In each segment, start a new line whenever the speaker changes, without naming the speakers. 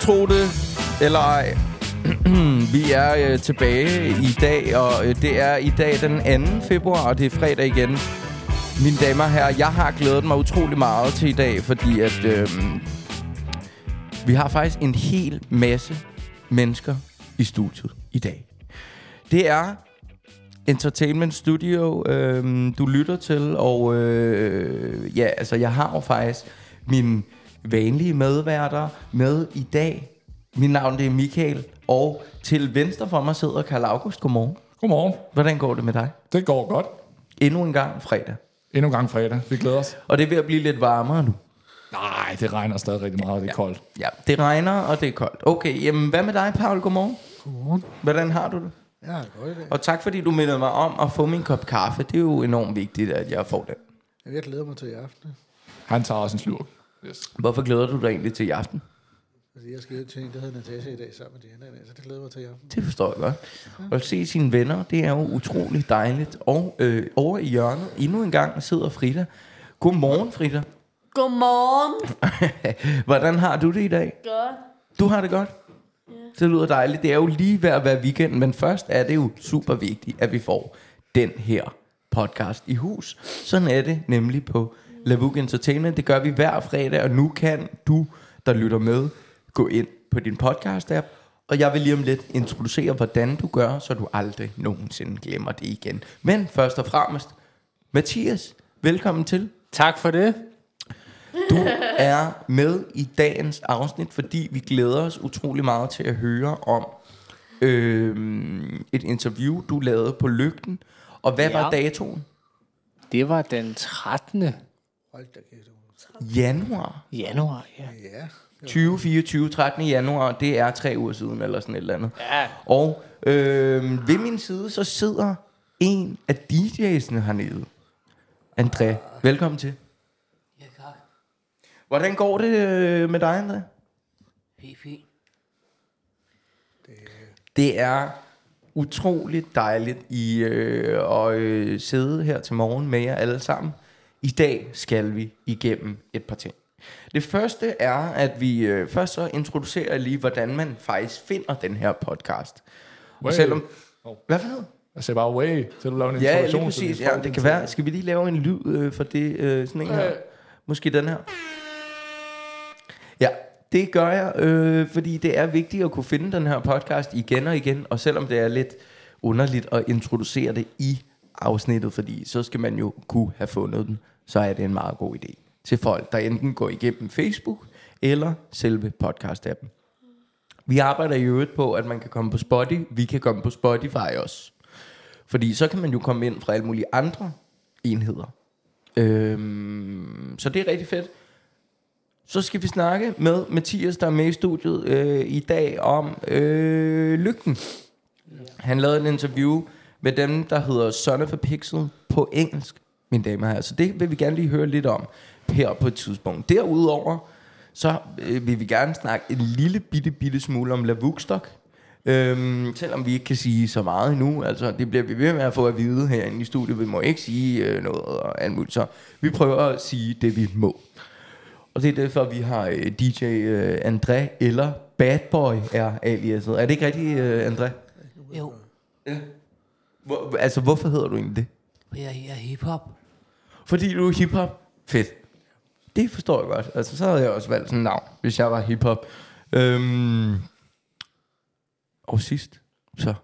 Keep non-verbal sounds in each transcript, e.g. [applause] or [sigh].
tro det eller ej, [clears throat] vi er øh, tilbage i dag, og øh, det er i dag den 2. februar, og det er fredag igen. Mine damer og herrer, jeg har glædet mig utrolig meget til i dag, fordi at øh, vi har faktisk en hel masse mennesker i studiet i dag. Det er Entertainment Studio, øh, du lytter til, og øh, ja, altså jeg har jo faktisk mine vanlige medværter med i dag. Mit navn det er Michael, og til venstre for mig sidder Karl August. Godmorgen.
Godmorgen.
Hvordan går det med dig?
Det går godt.
Endnu en gang fredag.
Endnu en gang fredag. Vi glæder os.
Og det er ved at blive lidt varmere nu.
Nej, det regner stadig rigtig meget, og det er koldt.
Ja, det regner, og det er koldt. Okay, jamen hvad med dig, Paul? Godmorgen.
Godmorgen.
Hvordan har du det?
Ja, godt i dag.
Og tak fordi du mindede mig om at få min kop kaffe. Det er jo enormt vigtigt, at jeg får den.
Jamen, Jeg glæder mig til i aften,
Han tager også en slurk. Yes.
Hvorfor glæder du dig egentlig til i aften?
fordi Altså, jeg skal hjem til en, der hedder Natasha i dag sammen med Diana i dag, så det glæder jeg mig til i aften.
Det forstår jeg godt. Og at se sine venner, det er jo utroligt dejligt. Og øh, over i hjørnet, endnu en gang, sidder Frida. Godmorgen, Frida. [laughs]
Godmorgen.
Hvordan har du det i dag?
Godt.
Du har det godt? Det lyder dejligt. Det er jo lige ved at være weekend, men først er det jo super vigtigt, at vi får den her podcast i hus. Sådan er det nemlig på Lavuk Entertainment. Det gør vi hver fredag, og nu kan du, der lytter med, gå ind på din podcast-app, og jeg vil lige om lidt introducere, hvordan du gør, så du aldrig nogensinde glemmer det igen. Men først og fremmest, Mathias, velkommen til.
Tak for det.
Du er med i dagens afsnit, fordi vi glæder os utrolig meget til at høre om øh, et interview, du lavede på Lygten. Og hvad ja.
Ja.
var datoen?
Det var den 13.
Hold da kæft. Jonas.
Januar.
januar, ja.
Ja,
2024, 13. januar, det er tre uger siden eller sådan et eller andet.
Ja.
Og øh, ved min side, så sidder en af DJ'sene hernede. André, velkommen til.
Ja, tak.
Hvordan går det øh, med dig, André?
Helt fint.
Det er utroligt dejligt i, øh, at øh, sidde her til morgen med jer alle sammen. I dag skal vi igennem et par ting. Det første er, at vi øh, først så introducerer jeg lige, hvordan man faktisk finder den her podcast.
Way.
Og selvom...
Hov.
Hvad for noget?
Jeg siger bare way til at lave en
Ja, lige
introduktion. så
præcis.
vi
Ja,
får
det
den
kan
til-
være. Skal vi lige lave en lyd øh, for det? Øh, sådan en her.
Øh.
Måske den her. Ja, det gør jeg, øh, fordi det er vigtigt at kunne finde den her podcast igen og igen. Og selvom det er lidt underligt at introducere det i afsnittet, fordi så skal man jo kunne have fundet den, så er det en meget god idé til folk, der enten går igennem Facebook eller selve podcast-appen. Vi arbejder i øvrigt på, at man kan komme på Spotify. Vi kan komme på Spotify også. Fordi så kan man jo komme ind fra alle mulige andre enheder. Øhm, så det er rigtig fedt. Så skal vi snakke med Mathias, der er med i studiet øh, i dag, om øh, lygten. Han lavede en interview med dem, der hedder Son of a Pixel på engelsk, mine damer og herrer. Så det vil vi gerne lige høre lidt om her på et tidspunkt. Derudover, så øh, vil vi gerne snakke en lille bitte, bitte smule om Lavukstok. Øhm, selvom vi ikke kan sige så meget endnu, altså det bliver vi ved med at få at vide herinde i studiet. Vi må ikke sige øh, noget og alt muligt, så vi prøver at sige det, vi må. Og det er derfor, vi har øh, DJ øh, André, eller Bad Boy er aliaset. Er det ikke rigtigt, øh, André?
Jo,
Hvor, altså, hvorfor hedder du egentlig det?
for jeg, jeg er hiphop.
Fordi du er hiphop. Fedt. Det forstår jeg godt. Altså, så havde jeg også valgt sådan et navn, hvis jeg var hiphop. Øhm, og sidst, så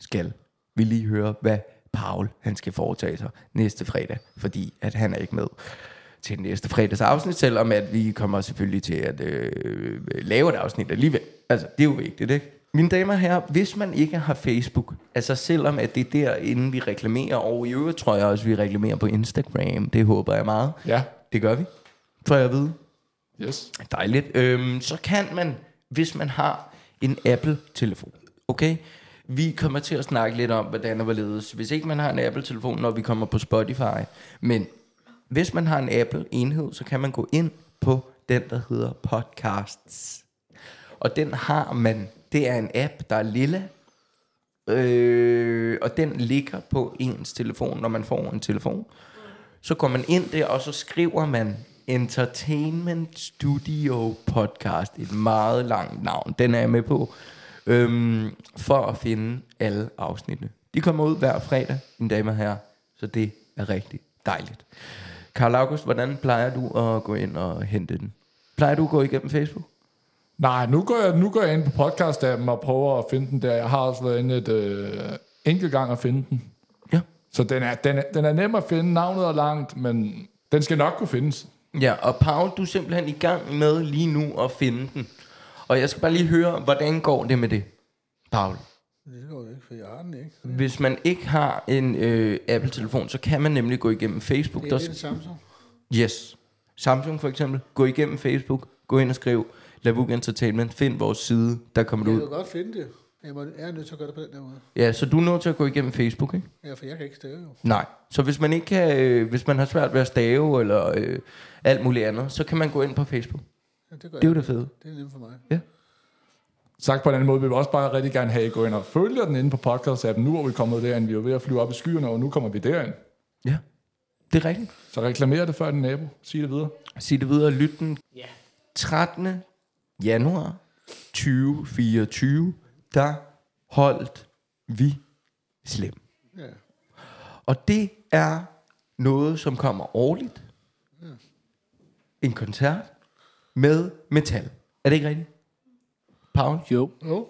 skal vi lige høre, hvad Paul han skal foretage sig næste fredag, fordi at han er ikke med til næste fredags afsnit, selvom at vi kommer selvfølgelig til at øh, lave et afsnit alligevel. Altså, det er jo vigtigt, ikke? Mine damer og herrer, hvis man ikke har Facebook, altså selvom at det er derinde, vi reklamerer, og i øvrigt tror jeg også, vi reklamerer på Instagram, det håber jeg meget.
Ja,
Det gør vi, får jeg at vide.
yes.
Dejligt. Øhm, så kan man, hvis man har en Apple-telefon, okay? Vi kommer til at snakke lidt om, hvordan og hvorledes. Hvis ikke man har en Apple-telefon, når vi kommer på Spotify. Men hvis man har en Apple-enhed, så kan man gå ind på den, der hedder Podcasts. Og den har man. Det er en app, der er lille. Øh, og den ligger på ens telefon, når man får en telefon. Så går man ind der, og så skriver man Entertainment Studio Podcast. Et meget langt navn. Den er jeg med på. Øhm, for at finde alle afsnittene. De kommer ud hver fredag, mine damer og herrer. Så det er rigtig dejligt. Karl August, hvordan plejer du at gå ind og hente den? Plejer du at gå igennem Facebook?
Nej, nu går jeg, nu går jeg ind på podcast-appen og prøver at finde den der. Jeg har også været inde et øh, enkelt gang at finde den.
Ja.
Så den er, den, er, den er nem at finde. Navnet er langt, men den skal nok kunne findes.
Ja, og Paul, du er simpelthen i gang med lige nu at finde den. Og jeg skal bare lige høre, hvordan går det med det, Paul?
Det går jo ikke, for jeg har den ikke.
Hvis man ikke har en øh, Apple-telefon, så kan man nemlig gå igennem Facebook.
Det
Der,
er den Samsung.
yes. Samsung for eksempel. Gå igennem Facebook. Gå ind og skriv Lavug Entertainment. Find vores side. Der kommer du
Jeg kan
ud.
godt finde det. Jeg, må, jeg er nødt til at gøre det på den der måde.
Ja, så du er nødt til at gå igennem Facebook, ikke?
Ja, for jeg kan ikke stave jo.
Nej. Så hvis man ikke kan, øh, hvis man har svært ved at stave eller øh, alt muligt andet, så kan man gå ind på Facebook.
Ja, det, gør
Det er jo
jeg.
det fede.
det er nemt for mig.
Sagt på en anden måde, vil vi også bare rigtig gerne have, at I går ind og følger den inde på podcast-appen. Nu er vi kommet derind. Vi er jo ved at flyve op i skyerne, og nu kommer vi derind.
Ja. Det er rigtigt.
Så reklamer det før din nabo. Sig det videre.
Sig det videre. Lyt den 13. januar 2024. Der holdt vi slem.
Ja.
Og det er noget, som kommer årligt. En koncert med metal. Er det ikke rigtigt? Paul?
Jo.
Jo.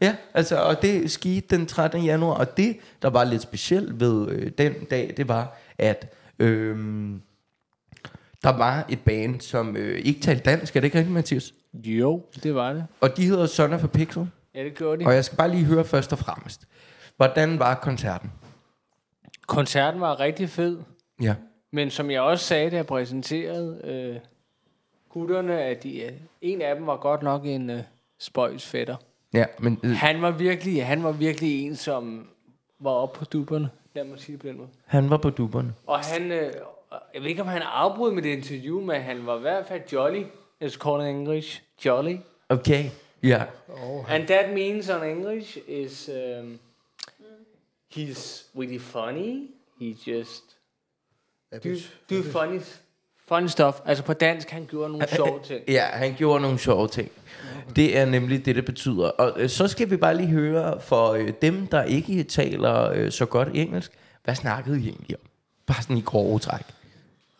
Ja, altså, og det skete den 13. januar, og det, der var lidt specielt ved øh, den dag, det var, at øh, der var et band, som øh, ikke talte dansk, er det ikke rigtigt, Mathias?
Jo, det var det.
Og de hedder Son of a Pixel,
Ja, det gjorde
og
det.
jeg skal bare lige høre først og fremmest, hvordan var koncerten?
Koncerten var rigtig fed.
Ja.
Men som jeg også sagde, da jeg præsenterede øh, gutterne, at de, øh, en af dem var godt nok en øh, spøjs fætter.
Ja, men øh,
Han var virkelig, han var virkelig en, som var oppe på duberne. Lad mig sige det på den måde.
han var på duberne.
Og han, øh, jeg ved ikke, om han afbrød mit interview, men han var i hvert fald jolly. It's called in English. Jolly.
Okay, ja.
And that means on English is um, he's really funny. He just
Ja,
do,
det-
do funny, funny stuff. Altså på dansk, han gjorde nogle sjove ting.
Ja, han gjorde nogle sjove ting. Det er nemlig det, det betyder. Og øh, så skal vi bare lige høre for øh, dem, der ikke taler øh, så godt engelsk. Hvad snakkede I egentlig om? Bare sådan i grove træk.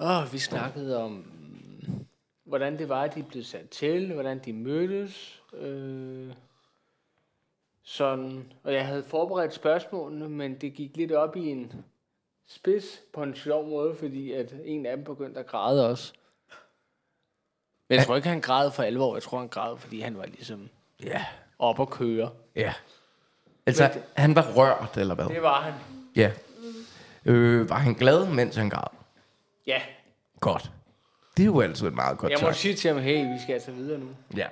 Åh, vi snakkede om, mm, hvordan det var, at de blev sat til, hvordan de mødtes. Øh, sådan. Og jeg havde forberedt spørgsmålene, men det gik lidt op i en spids på en sjov måde, fordi at en af dem begyndte at græde også. Men jeg tror ikke, han græd for alvor. Jeg tror, han græd, fordi han var ligesom
Ja,
op at køre.
ja. Altså,
Men det-
han var rørt, eller hvad?
Det var han.
Ja. Øh, var han glad, mens han græd?
Ja,
Godt. Det er jo altid et meget godt
jeg må
tegn.
sige til ham, hey, vi skal altså videre nu.
Ja.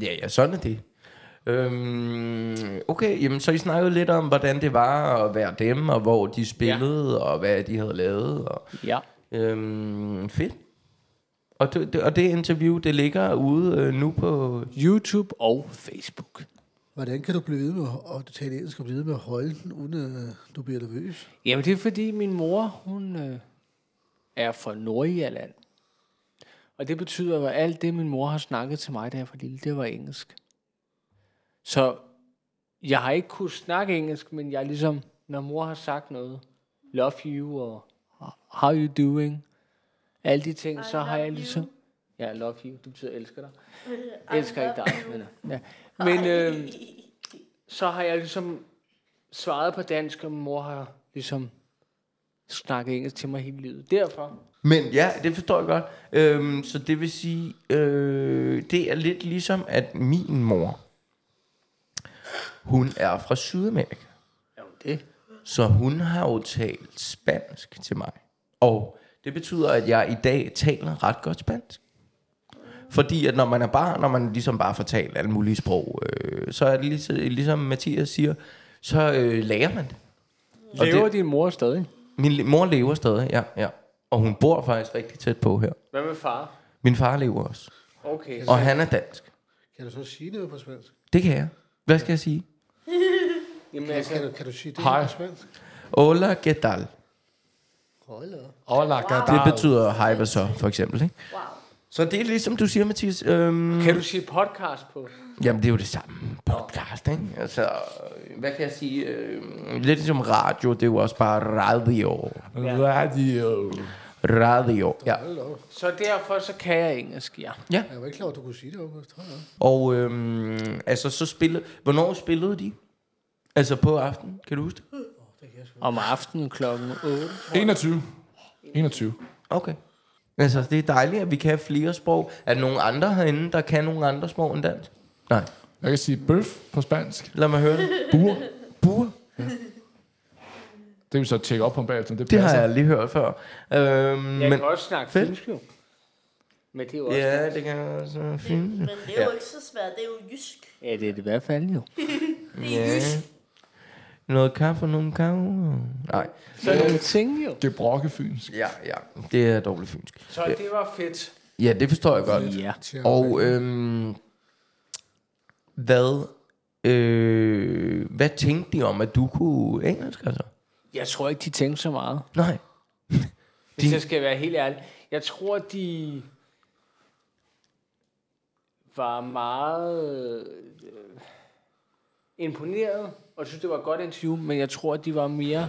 Ja, ja, sådan er det. Øhm, okay, jamen, så I snakkede lidt om, hvordan det var at være dem, og hvor de spillede, ja. og hvad de havde lavet. Og,
Ja.
øhm, fedt. Og det, det, og det interview, det ligger ude øh, nu på...
YouTube og Facebook.
Hvordan kan du blive ved med at tale engelsk og blive ved med at holde den, uden at øh, du bliver nervøs?
Jamen, det er fordi min mor, hun øh, er fra Nordjylland. Og det betyder, at alt det, min mor har snakket til mig, da jeg var lille, det var engelsk. Så jeg har ikke kunnet snakke engelsk, men jeg er ligesom, når mor har sagt noget, love you og how you doing, alle de ting, så har jeg ligesom... Ja, love you, det betyder elsker dig. elsker ikke dig, men... Ja. Men øh, så har jeg ligesom svaret på dansk, og min mor har ligesom snakket engelsk til mig hele livet. Derfor.
Men ja, det forstår jeg godt. Øhm, så det vil sige, øh, det er lidt ligesom, at min mor, hun er fra Sydamerika.
Jo, det.
Så hun har jo talt spansk til mig. Og det betyder, at jeg i dag taler ret godt spansk. Fordi at når man er barn, når man ligesom bare får talt alle mulige sprog, øh, så er det ligesom, ligesom Mathias siger, så øh, lærer man det. Og
Lever
det-
det... din mor stadig?
Min le- mor lever stadig, ja, ja. Og hun bor faktisk rigtig tæt på her.
Hvad med far?
Min far lever også.
Okay.
Og han er dansk.
Kan du så sige noget på spansk?
Det kan jeg. Hvad skal jeg sige?
Jamen,
Kan,
altså,
du, kan du sige det
Hej.
på spansk?
Hola, ¿qué tal?
Hold da op.
Hola,
Det
gadar.
betyder hej, hvad så, for eksempel. Ikke? Wow. Så det er ligesom du siger, Mathias. Øhm,
Kan du sige podcast på?
Jamen, det er jo det samme podcast, ikke? Altså, hvad kan jeg sige? Øh, lidt ligesom radio, det er jo også bare radio.
Radio.
Radio, ja.
Hold da op.
Så derfor så kan jeg engelsk, ja.
Jeg var ikke klar, over, at du kunne sige det. August. Hold da op.
Og øhm, altså, så spillede... Hvornår spillede de? Altså på aftenen, kan du huske det?
Om aftenen klokken 8.
21. 21.
Okay. Altså, det er dejligt, at vi kan have flere sprog. Er der nogen andre herinde, der kan nogle andre sprog end dansk? Nej.
Jeg kan sige bøf på spansk.
Lad mig høre det.
Bur.
Bur.
Det kan vi så tjekke op på bagefter, om det
Det
passer.
har jeg lige hørt før. Øhm,
Jeg
men,
men, kan også snakke
fedt.
finsk jo. Men det er jo også...
ja, det kan jeg også være fint.
Men det er jo
Ja.
ikke så svært, det er jo jysk.
Ja, det er det i hvert fald jo.
Det er
Ja.
jysk.
Noget kaffe og nogle kaffe. Nej.
Så er det jo ting jo.
Det brokke fynsk.
Ja, ja. Det er dårligt fynsk.
Så det var fedt.
Ja, det forstår jeg godt.
Ja.
Tja,
Og øhm, hvad, øh, hvad tænkte de om, at du kunne engelsk, altså?
Jeg tror ikke, de tænkte så meget.
Nej.
Hvis
De-
jeg skal være helt ærlig. Jeg tror, de var meget øh, imponeret, og synes, det var et godt interview, men jeg tror, de var mere...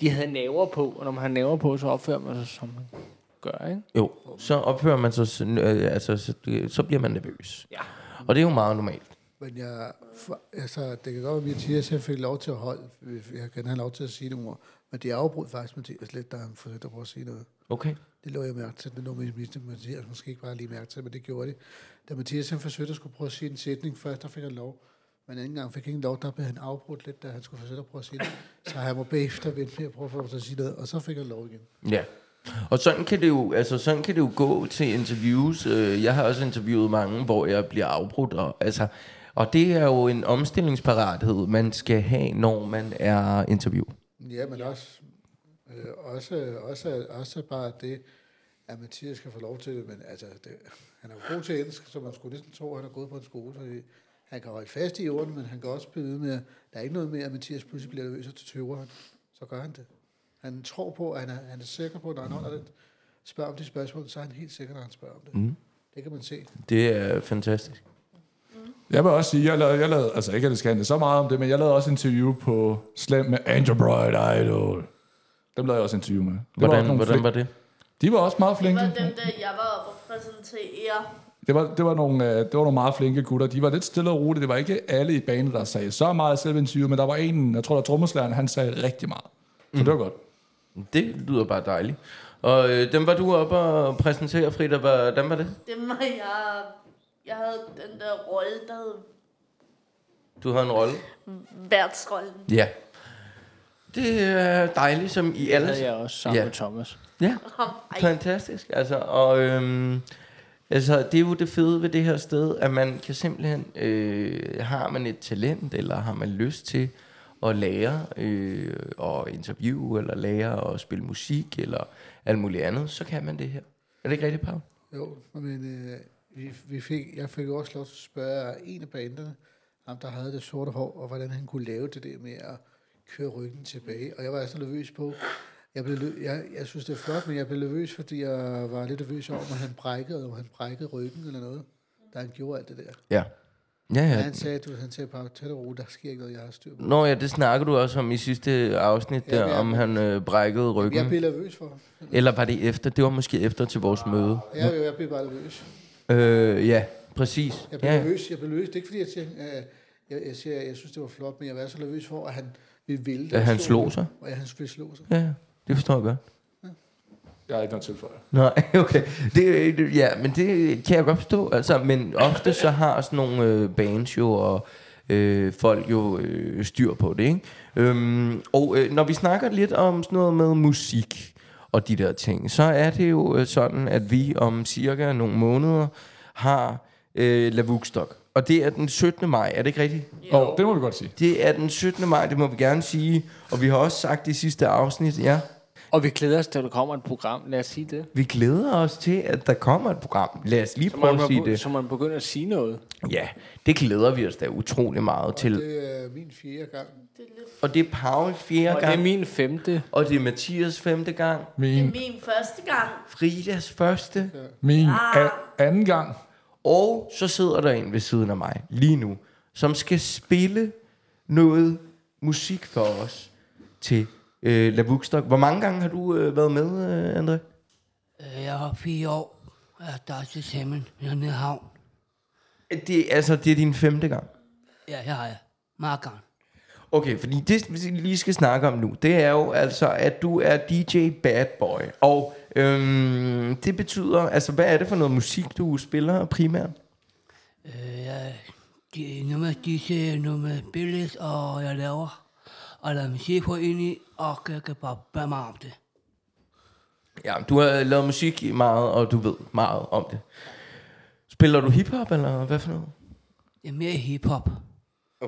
De havde naver på, og når man har naver på, så opfører man sig, som man gør, ikke?
Jo, så opfører man sig, sådan, øh, altså, så, så bliver man nervøs.
Ja.
Og det er jo meget normalt.
Men jeg, for, altså, det kan godt være, at Mathias jeg fik lov til at holde. Jeg kan have lov til at sige nogle ord. Men det afbrød faktisk Mathias lidt, da han forsøgte at prøve at sige noget.
Okay.
Det lå jeg mærke til. Det lå Mathias, Mathias måske ikke bare lige mærke til, men det gjorde det. Da Mathias han forsøgte at skulle prøve at sige en sætning først, der fik han lov. Men anden gang fik han ikke lov, der blev han afbrudt lidt, da han skulle forsøge at prøve at sige det. Så han må bagefter vente med at prøve at få lov til at sige noget, og så fik han lov igen.
Ja. Og sådan kan det jo, altså sådan kan det jo gå til interviews. Øh, Jeg har også interviewet mange, hvor jeg bliver afbrudt. Og, altså, og det er jo en omstillingsparathed, man skal have, når man er interview.
Ja, men også, øh, også, også, også bare det, at Mathias skal få lov til det, men altså, det, han er jo god til engelsk, så man skulle næsten tro, at han er gået på en skole, så han kan holde fast i ordene, men han kan også blive ved med, at der er ikke noget med, at Mathias pludselig bliver nervøs og tøver han. Så gør han det. Han tror på, at han er, han er sikker på, at når han holder det, spørger om de spørgsmål, så er han helt sikker, når han spørger om det. Mm. Det kan man se.
Det er fantastisk.
Jeg vil også sige, jeg lavede, jeg lavede altså ikke, at det skal handle så meget om det, men jeg lavede også interview på Slam med Angel Bright Idol. Dem lavede jeg også interview med. Det var også
Hvordan,
nogle
hvordan
flinke-
var det?
De var også meget
Det
flinke.
var dem, der jeg var oppe og præsentere.
Det var, det, var nogle, øh, det var nogle meget flinke gutter. De var lidt stille og roligt. Det var ikke alle i banen, der sagde så meget selve interview, men der var en, jeg tror, der trommeslæren, han sagde rigtig meget. Så
Mm.
det var godt.
Det lyder bare dejligt. Og øh, dem var du oppe og præsentere, Frida. Hvordan var det?
Det var jeg... Jeg havde den der rolle, der hed
Du havde en rolle.
værtsrollen.
Ja. Det er dejligt, som i alle...
Det havde jeg også sammen
Ja.
med Thomas.
Ja.
Ham, ej,
Fantastisk, altså, og øhm, altså, det er jo det fede ved det her sted, at man kan simpelthen, øh, har man et talent, eller har man lyst til at lære øh, og interviewe, eller lære at spille musik, eller alt muligt andet, så kan man det her. Er det ikke rigtigt, Paul?
Jo, men øh, vi, vi fik, jeg fik jo også lov til at spørge en af banderne, ham der havde det sorte hår, og hvordan han kunne lave det der med at køre ryggen tilbage. Og jeg var så nervøs på, jeg, blev, lø- jeg, jeg synes det er flot, men jeg blev nervøs, fordi jeg var lidt nervøs over, om han brækkede, om han brækkede ryggen eller noget, da han gjorde alt det der.
Ja. Ja,
Ja,
ja.
Altså-
han sagde, du, han sagde bare, tæt og roligt, der sker ikke noget, jeg har styr på.
Nå ja, det snakker du også om i sidste afsnit,
Ja,
der,
ja.
om han øh, brækkede
Jeg
ryggen.
blev nervøs for ham.
Eller var det efter? Det var måske efter til vores møde.
Ja, jo, jeg blev bare nervøs.
Øh, ja, præcis.
Jeg blev
Ja,
ja.
ja.
nervøs. Jeg blev nervøs. Det er ikke fordi, jeg siger, øh, jeg, jeg, siger, jeg synes, det var flot, men jeg var så nervøs for, at han ville ville det.
At han
Slå
slog sig.
Og at han skulle slå sig.
Ja, ja. det forstår jeg godt.
Jeg har ikke noget tilføje.
Nej, [laughs] okay. Det, det, ja, men det kan jeg godt forstå. Altså, men ofte så har sådan nogle øh, bands jo og øh, folk jo øh, styr på det, ikke? Øhm, og øh, når vi snakker lidt om sådan noget med musik og de der ting, så er det jo øh, sådan, at vi om cirka nogle måneder har øh, Lavukstok. Og det er den 17. maj, er det ikke rigtigt?
Og det må vi godt sige.
Det er den 17. maj, det må vi gerne sige. Og vi har også sagt det i sidste afsnit, ja.
Og vi glæder os, til der kommer et program. Lad os sige det.
Vi glæder os til, at der kommer et program. Lad os lige
Så
prøve
man,
at sige
må, be-
det.
så man begynder at sige noget.
Ja, det glæder vi os da utrolig meget til.
Det er min fjerde gang.
Det er, lidt,
Og det er Paul fjerde
Og det er
gang,
min femte.
og det er Mathias femte gang,
det er
Min,
min første gang.
Fridas første,
min a- anden gang.
og så sidder der en ved siden af mig lige nu, som skal spille noget musik for os til øh, La Bookstock. Hvor mange gange har du øh, været med, øh, André?
Øh, Jeg var fire år. Jeg er til sammen. Jeg er nede i havn.
Det, altså, det er din femte gang.
Ja, her har jeg. Markeren.
Okay, fordi det vi lige skal snakke om nu, det er jo altså, at du er DJ Bad Boy. Og øhm, det betyder, altså hvad er det for noget musik, du spiller primært?
Øh, jeg de, nu med disse, nu med billeder, og jeg laver. Og laver musik på ind i, og jeg kan bare bære mig om det.
Ja, du har lavet musik i meget, og du ved meget om det. Spiller du hiphop, eller hvad for noget?
Det er mere hiphop.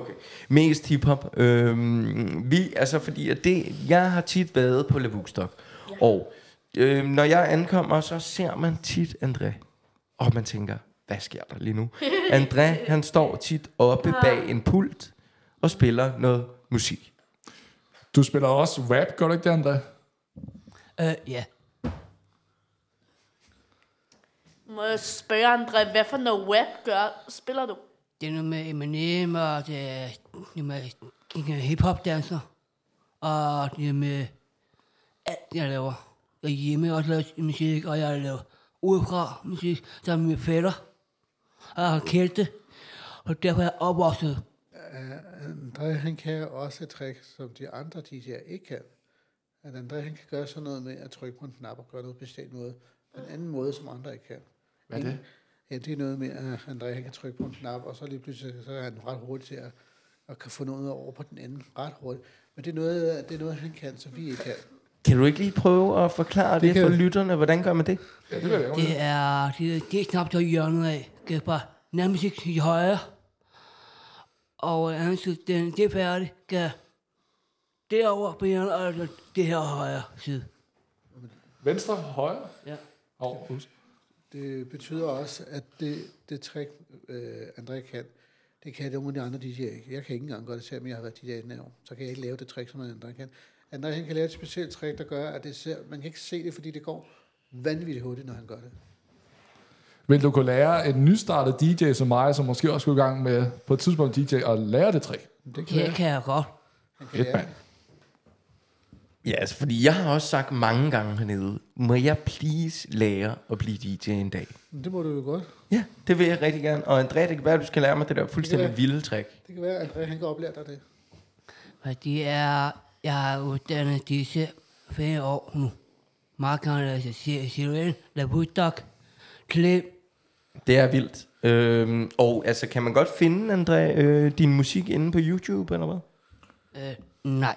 Okay. Mest hiphop. Øhm, vi, altså fordi at det, jeg har tit været på Levustock, ja. og øhm, når jeg ankommer, så ser man tit André, og man tænker, hvad sker der lige nu? André, han står tit oppe bag en pult og spiller noget musik.
Du spiller også rap, gør du ikke det, André?
Øh, ja.
Må jeg spørge, André, hvad for noget web gør, spiller du?
Det er noget med Eminem, og det er noget med en hiphop danser. Og det er med alt, jeg laver. Jeg er hjemme også laver musik, og jeg laver udefra musik sammen med mine fætter. Og jeg har kælte. Og derfor er jeg opvokset.
André, han kan også et trick, som de andre DJ'er ikke kan. At André, han kan gøre sådan noget med at trykke på en knap og gøre noget på en bestemt måde. På en anden måde, som andre ikke kan. Hvad er det? Ja, det er noget med, at André han kan trykke på en knap, og så lige pludselig så er han ret hurtig til at, at kan få noget over på den anden ret hurtigt. Men det er noget, det er noget han kan, som vi ikke kan.
Kan du ikke lige prøve at forklare det, det
kan
for
jeg.
lytterne? Hvordan gør man det?
Ja, det vil jeg gerne.
Det er, det, er- det er knap til hjørnet af. Det er bare nærmest ikke til højre. Og anden side, den, det er færdigt. Det er derovre på hjørnet, og det her højre side.
Venstre, højre.
Ja.
Og, ups.
Det betyder også, at det, det trick, øh, André kan, det kan nogle af de andre DJ'er ikke. Jeg kan ikke engang gøre det, selvom jeg har været DJ i 18 år. Så kan jeg ikke lave det trick, som André kan. André han kan lave et specielt trick, der gør, at det ser, man kan ikke se det, fordi det går vanvittigt hurtigt, når han gør det.
Vil du kunne lære en nystartet DJ som mig, som måske også skulle i gang med på et tidspunkt DJ, at lære det trick?
Det kan
Det
jeg.
kan jeg godt.
Han kan
Fedt,
lære.
mand.
Ja, altså, fordi jeg har også sagt mange gange hernede, må jeg please lære at blive DJ en dag?
Men det må du jo godt.
Ja, det vil jeg rigtig gerne. Og André, det kan være, at du skal lære mig det der fuldstændig
Det
vilde trick.
Det kan være, at André han kan oplære dig det.
Fordi er, jeg er uddannet disse fem år nu. Markerne er Sirien, Labudok, Klem.
Det er vildt. Øhm, og altså, kan man godt finde, André, øh, din musik inde på YouTube, eller hvad?
Øh, nej.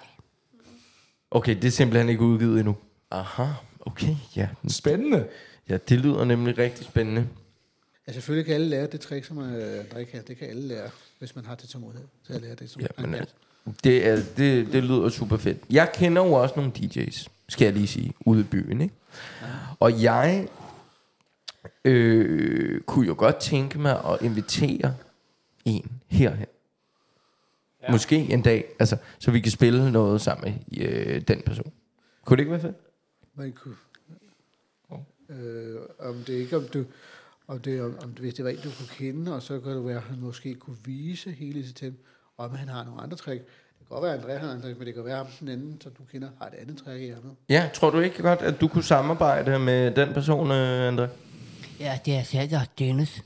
Okay, det er simpelthen ikke udgivet endnu. Aha, okay, ja.
Spændende.
Ja, det lyder nemlig rigtig spændende.
Ja, selvfølgelig kan alle lære det trick, som øh, André kan. Det kan alle lære, hvis man har det tålmodighed til at lære det. Som
Ja,
han
men
kan.
altså, det, er, det, det lyder super fedt. Jeg kender jo også nogle DJ's, skal jeg lige sige, ude i byen, ikke? Og jeg øh, kunne jo godt tænke mig at invitere en herhen. Ja. Måske en dag, altså, så vi kan spille noget sammen med øh, den person. Kunne det ikke være fedt?
Man kunne. Øh, om det ikke, om du, om det, om, om, hvis det var en, du kunne kende, og så kan det være, at han måske kunne vise hele sit til, og om han har nogle andre trick. Det kan godt være, at André har andre trick, men det kan være, at den anden, som du kender, har et andet trick i ærmet.
Ja, tror du ikke godt, at du kunne samarbejde med den person, øh, André?
Ja, det er Sander og Dennis.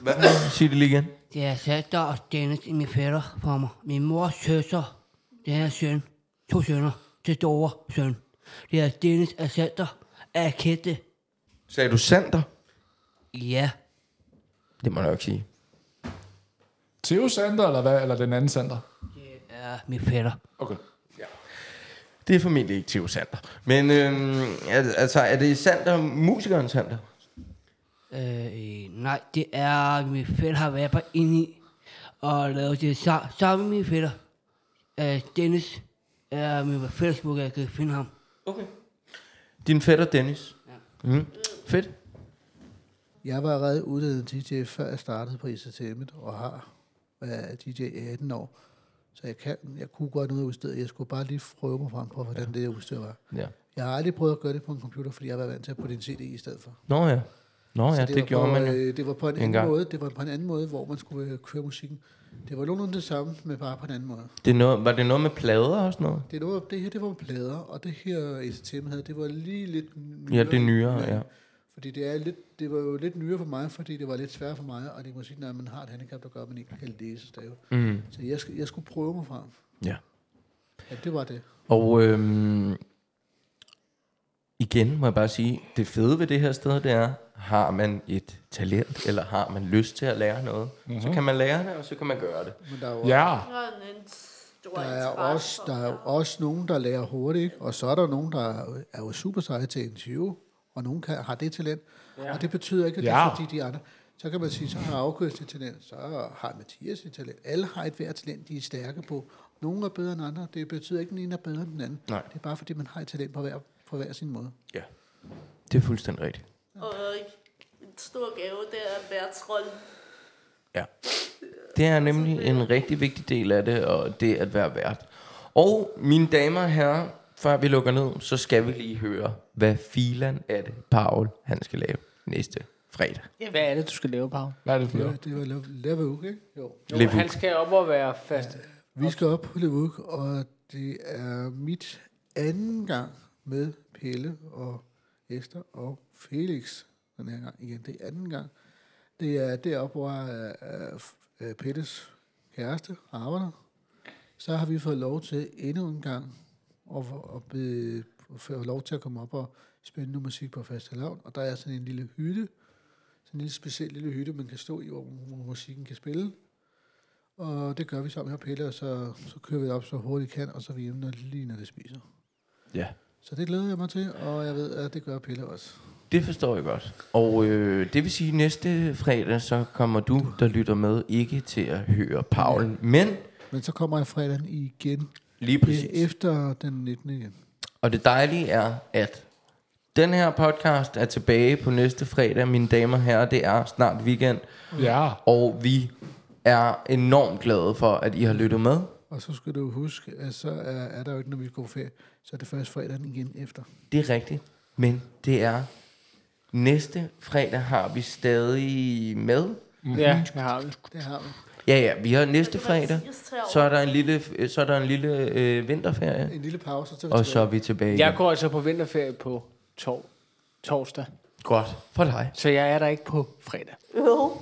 Hvad? Sig det lige igen.
Det er Sander og Dennis i min fætter for mig. Min mors søster, det er søn. To sønner. Det store søn. Det er Dennis og Sander. Er kætte.
Sagde du Sander?
Ja.
Det må jeg nok sige.
Theo Sander, eller hvad? Eller den anden Sander?
Det er min fætter.
Okay.
Det er formentlig ikke Theo Sander. Men øhm, al- altså, er det Sander, musikeren Sander?
Øh, nej, det er, min fætter har været på inde i og lavet det sa- sammen med min fætter. Øh, Dennis er min fællesbog, jeg kan finde ham.
Okay. Din fætter Dennis. Ja. Mm. Fedt.
Jeg var allerede uddannet DJ, før jeg startede på ICTM'et, og har været DJ i 18 år. Så jeg, kan, jeg kunne godt noget udstyr. Jeg skulle bare lige prøve mig frem på, hvordan ja. det udstyr var.
Ja.
Jeg har aldrig prøvet at gøre det på en computer, fordi jeg var vant til at putte en CD i stedet for.
Nå ja. Nå
Så
ja, det,
var
det gjorde
på,
man jo.
øh, Det var på en,
en
anden
gang.
måde. Det var på en anden måde, hvor man skulle øh, køre musikken. Det var nogenlunde det samme, men bare på en anden måde.
Det er noget, var det noget med plader og sådan noget?
Det, var, det her, det var plader, og det her ICTM havde, det var lige lidt nyere.
Ja, det er nyere, ja.
Fordi det, er lidt, det var jo lidt nyere for mig, fordi det var lidt sværere for mig, og det er musik, når man har et handicap, der gør, at man ikke kan læse stave.
Mm.
Så jeg, sk- jeg skulle prøve mig frem.
Ja.
Ja, det var det.
Og øhm, igen må jeg bare sige, det fede ved det her sted, det er, har man et talent, eller har man lyst til at lære noget, mm-hmm. så kan man lære det, og så kan man gøre det.
Men der er jo
Ja,
Jeg har en stor
der er
interesse
også,
for
der er jo også nogen, der lærer hurtigt, ikke? og så er der nogen, der er- er jo super seje til interview, og nogen kan, har det talent, ja. og det betyder ikke, at det er
Ja.
fordi de andre. Så kan man sige, så har August et talent, så har Mathias et talent. Alle har et hvert talent, de er stærke på. Nogle er bedre end andre. Det betyder ikke, at den ene er bedre end den anden.
Nej.
Det er bare fordi, man har et talent på hver, på hver sin måde.
Ja. Det er fuldstændig rigtigt.
Og en stor gave, det er at være trold.
Ja. Det er nemlig en rigtig vigtig del af det, og det at være vært. Og mine damer og herrer, før vi lukker ned, så skal vi lige høre, hvad filan er det, Paul han skal lave næste fredag.
Hvad er det, du skal lave, Pau?
hvad er det for
Ja.
noget?
Det var Lavuk, ikke? Jo.
Jo,
Levuk.
han skal op og være fast.
Vi skal op på Lavuk, og det er mit anden gang med Pelle og Esther og Felix den her gang igen. Det er anden gang. Det er deroppe, hvor øh, øh, øh, Pelles kæreste arbejder. Så har vi fået lov til endnu en gang at, at be, få lov til at komme op og spille noget musik på fastelavn. Og der er sådan en lille hytte, sådan en lille speciel lille hytte, man kan stå i, hvor, hvor musikken kan spille. Og det gør vi sammen her på Pelle, og så, så kører vi op så hurtigt vi kan, og så er vi hjemme, når, lige når det spiser.
Ja.
Så det glæder jeg mig til, og jeg ved, at det gør Pelle også.
Det forstår jeg godt. Og øh, det vil sige, at næste fredag, så kommer du, der lytter med, ikke til at høre Paul, men
Men så kommer jeg fredagen igen,
lige
Præcis.
præcis.
efter den 19. igen.
Og det dejlige er, at den her podcast er tilbage på næste fredag, mine damer og herrer. Det er snart weekend.
Ja,
Og vi er enormt glade for, at I har lyttet med.
Og så skal du huske, at så er, er der jo ikke, når vi går på ferie, så er det først fredagen igen efter.
Det er rigtigt. Men det er næste fredag har vi stadig med.
Ja, det har vi.
Det har vi.
Ja, ja, vi har næste
Det var
fredag.
sidst herovre.
Så er der en lille, øh, så er der en lille øh, vinterferie.
En lille pause, så er vi
Og
tilbage.
så er vi tilbage
Jeg
igen.
går altså på vinterferie på tor- torsdag,
Godt for dig.
så jeg er der ikke på fredag.
Jo.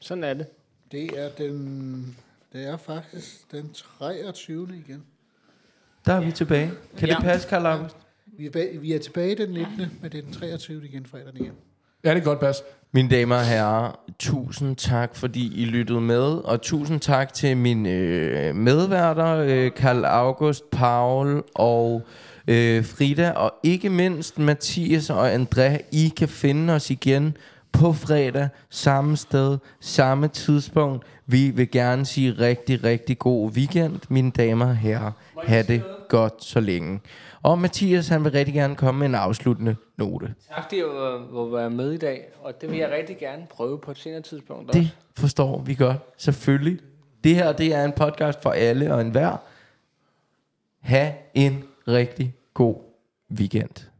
Sådan er det.
Det er den... Det er faktisk den 23. igen.
Der er vi tilbage. Kan det
Ja.
passe, Karl August?
Vi er, bag, vi er tilbage den 19., men det er den 23. igen, fredagen igen.
ja det kan godt passe.
Mine damer og herrer, tusind tak, fordi I lyttede med, og tusind tak til mine øh, medværter, øh, Karl August, Paul og øh, Frida, og ikke mindst Mathias og André. I kan finde os igen på fredag, samme sted, samme tidspunkt. Vi vil gerne sige rigtig, rigtig god weekend, mine damer og herrer. Ha' det godt så længe. Og Mathias, han vil rigtig gerne komme med en afsluttende note.
Tak, fordi jeg var- må øh, være med i dag, og det vil jeg rigtig gerne prøve på et senere tidspunkt.
Det forstår vi godt, selvfølgelig. Det her, det er en podcast for alle og enhver. Ha' en rigtig god weekend.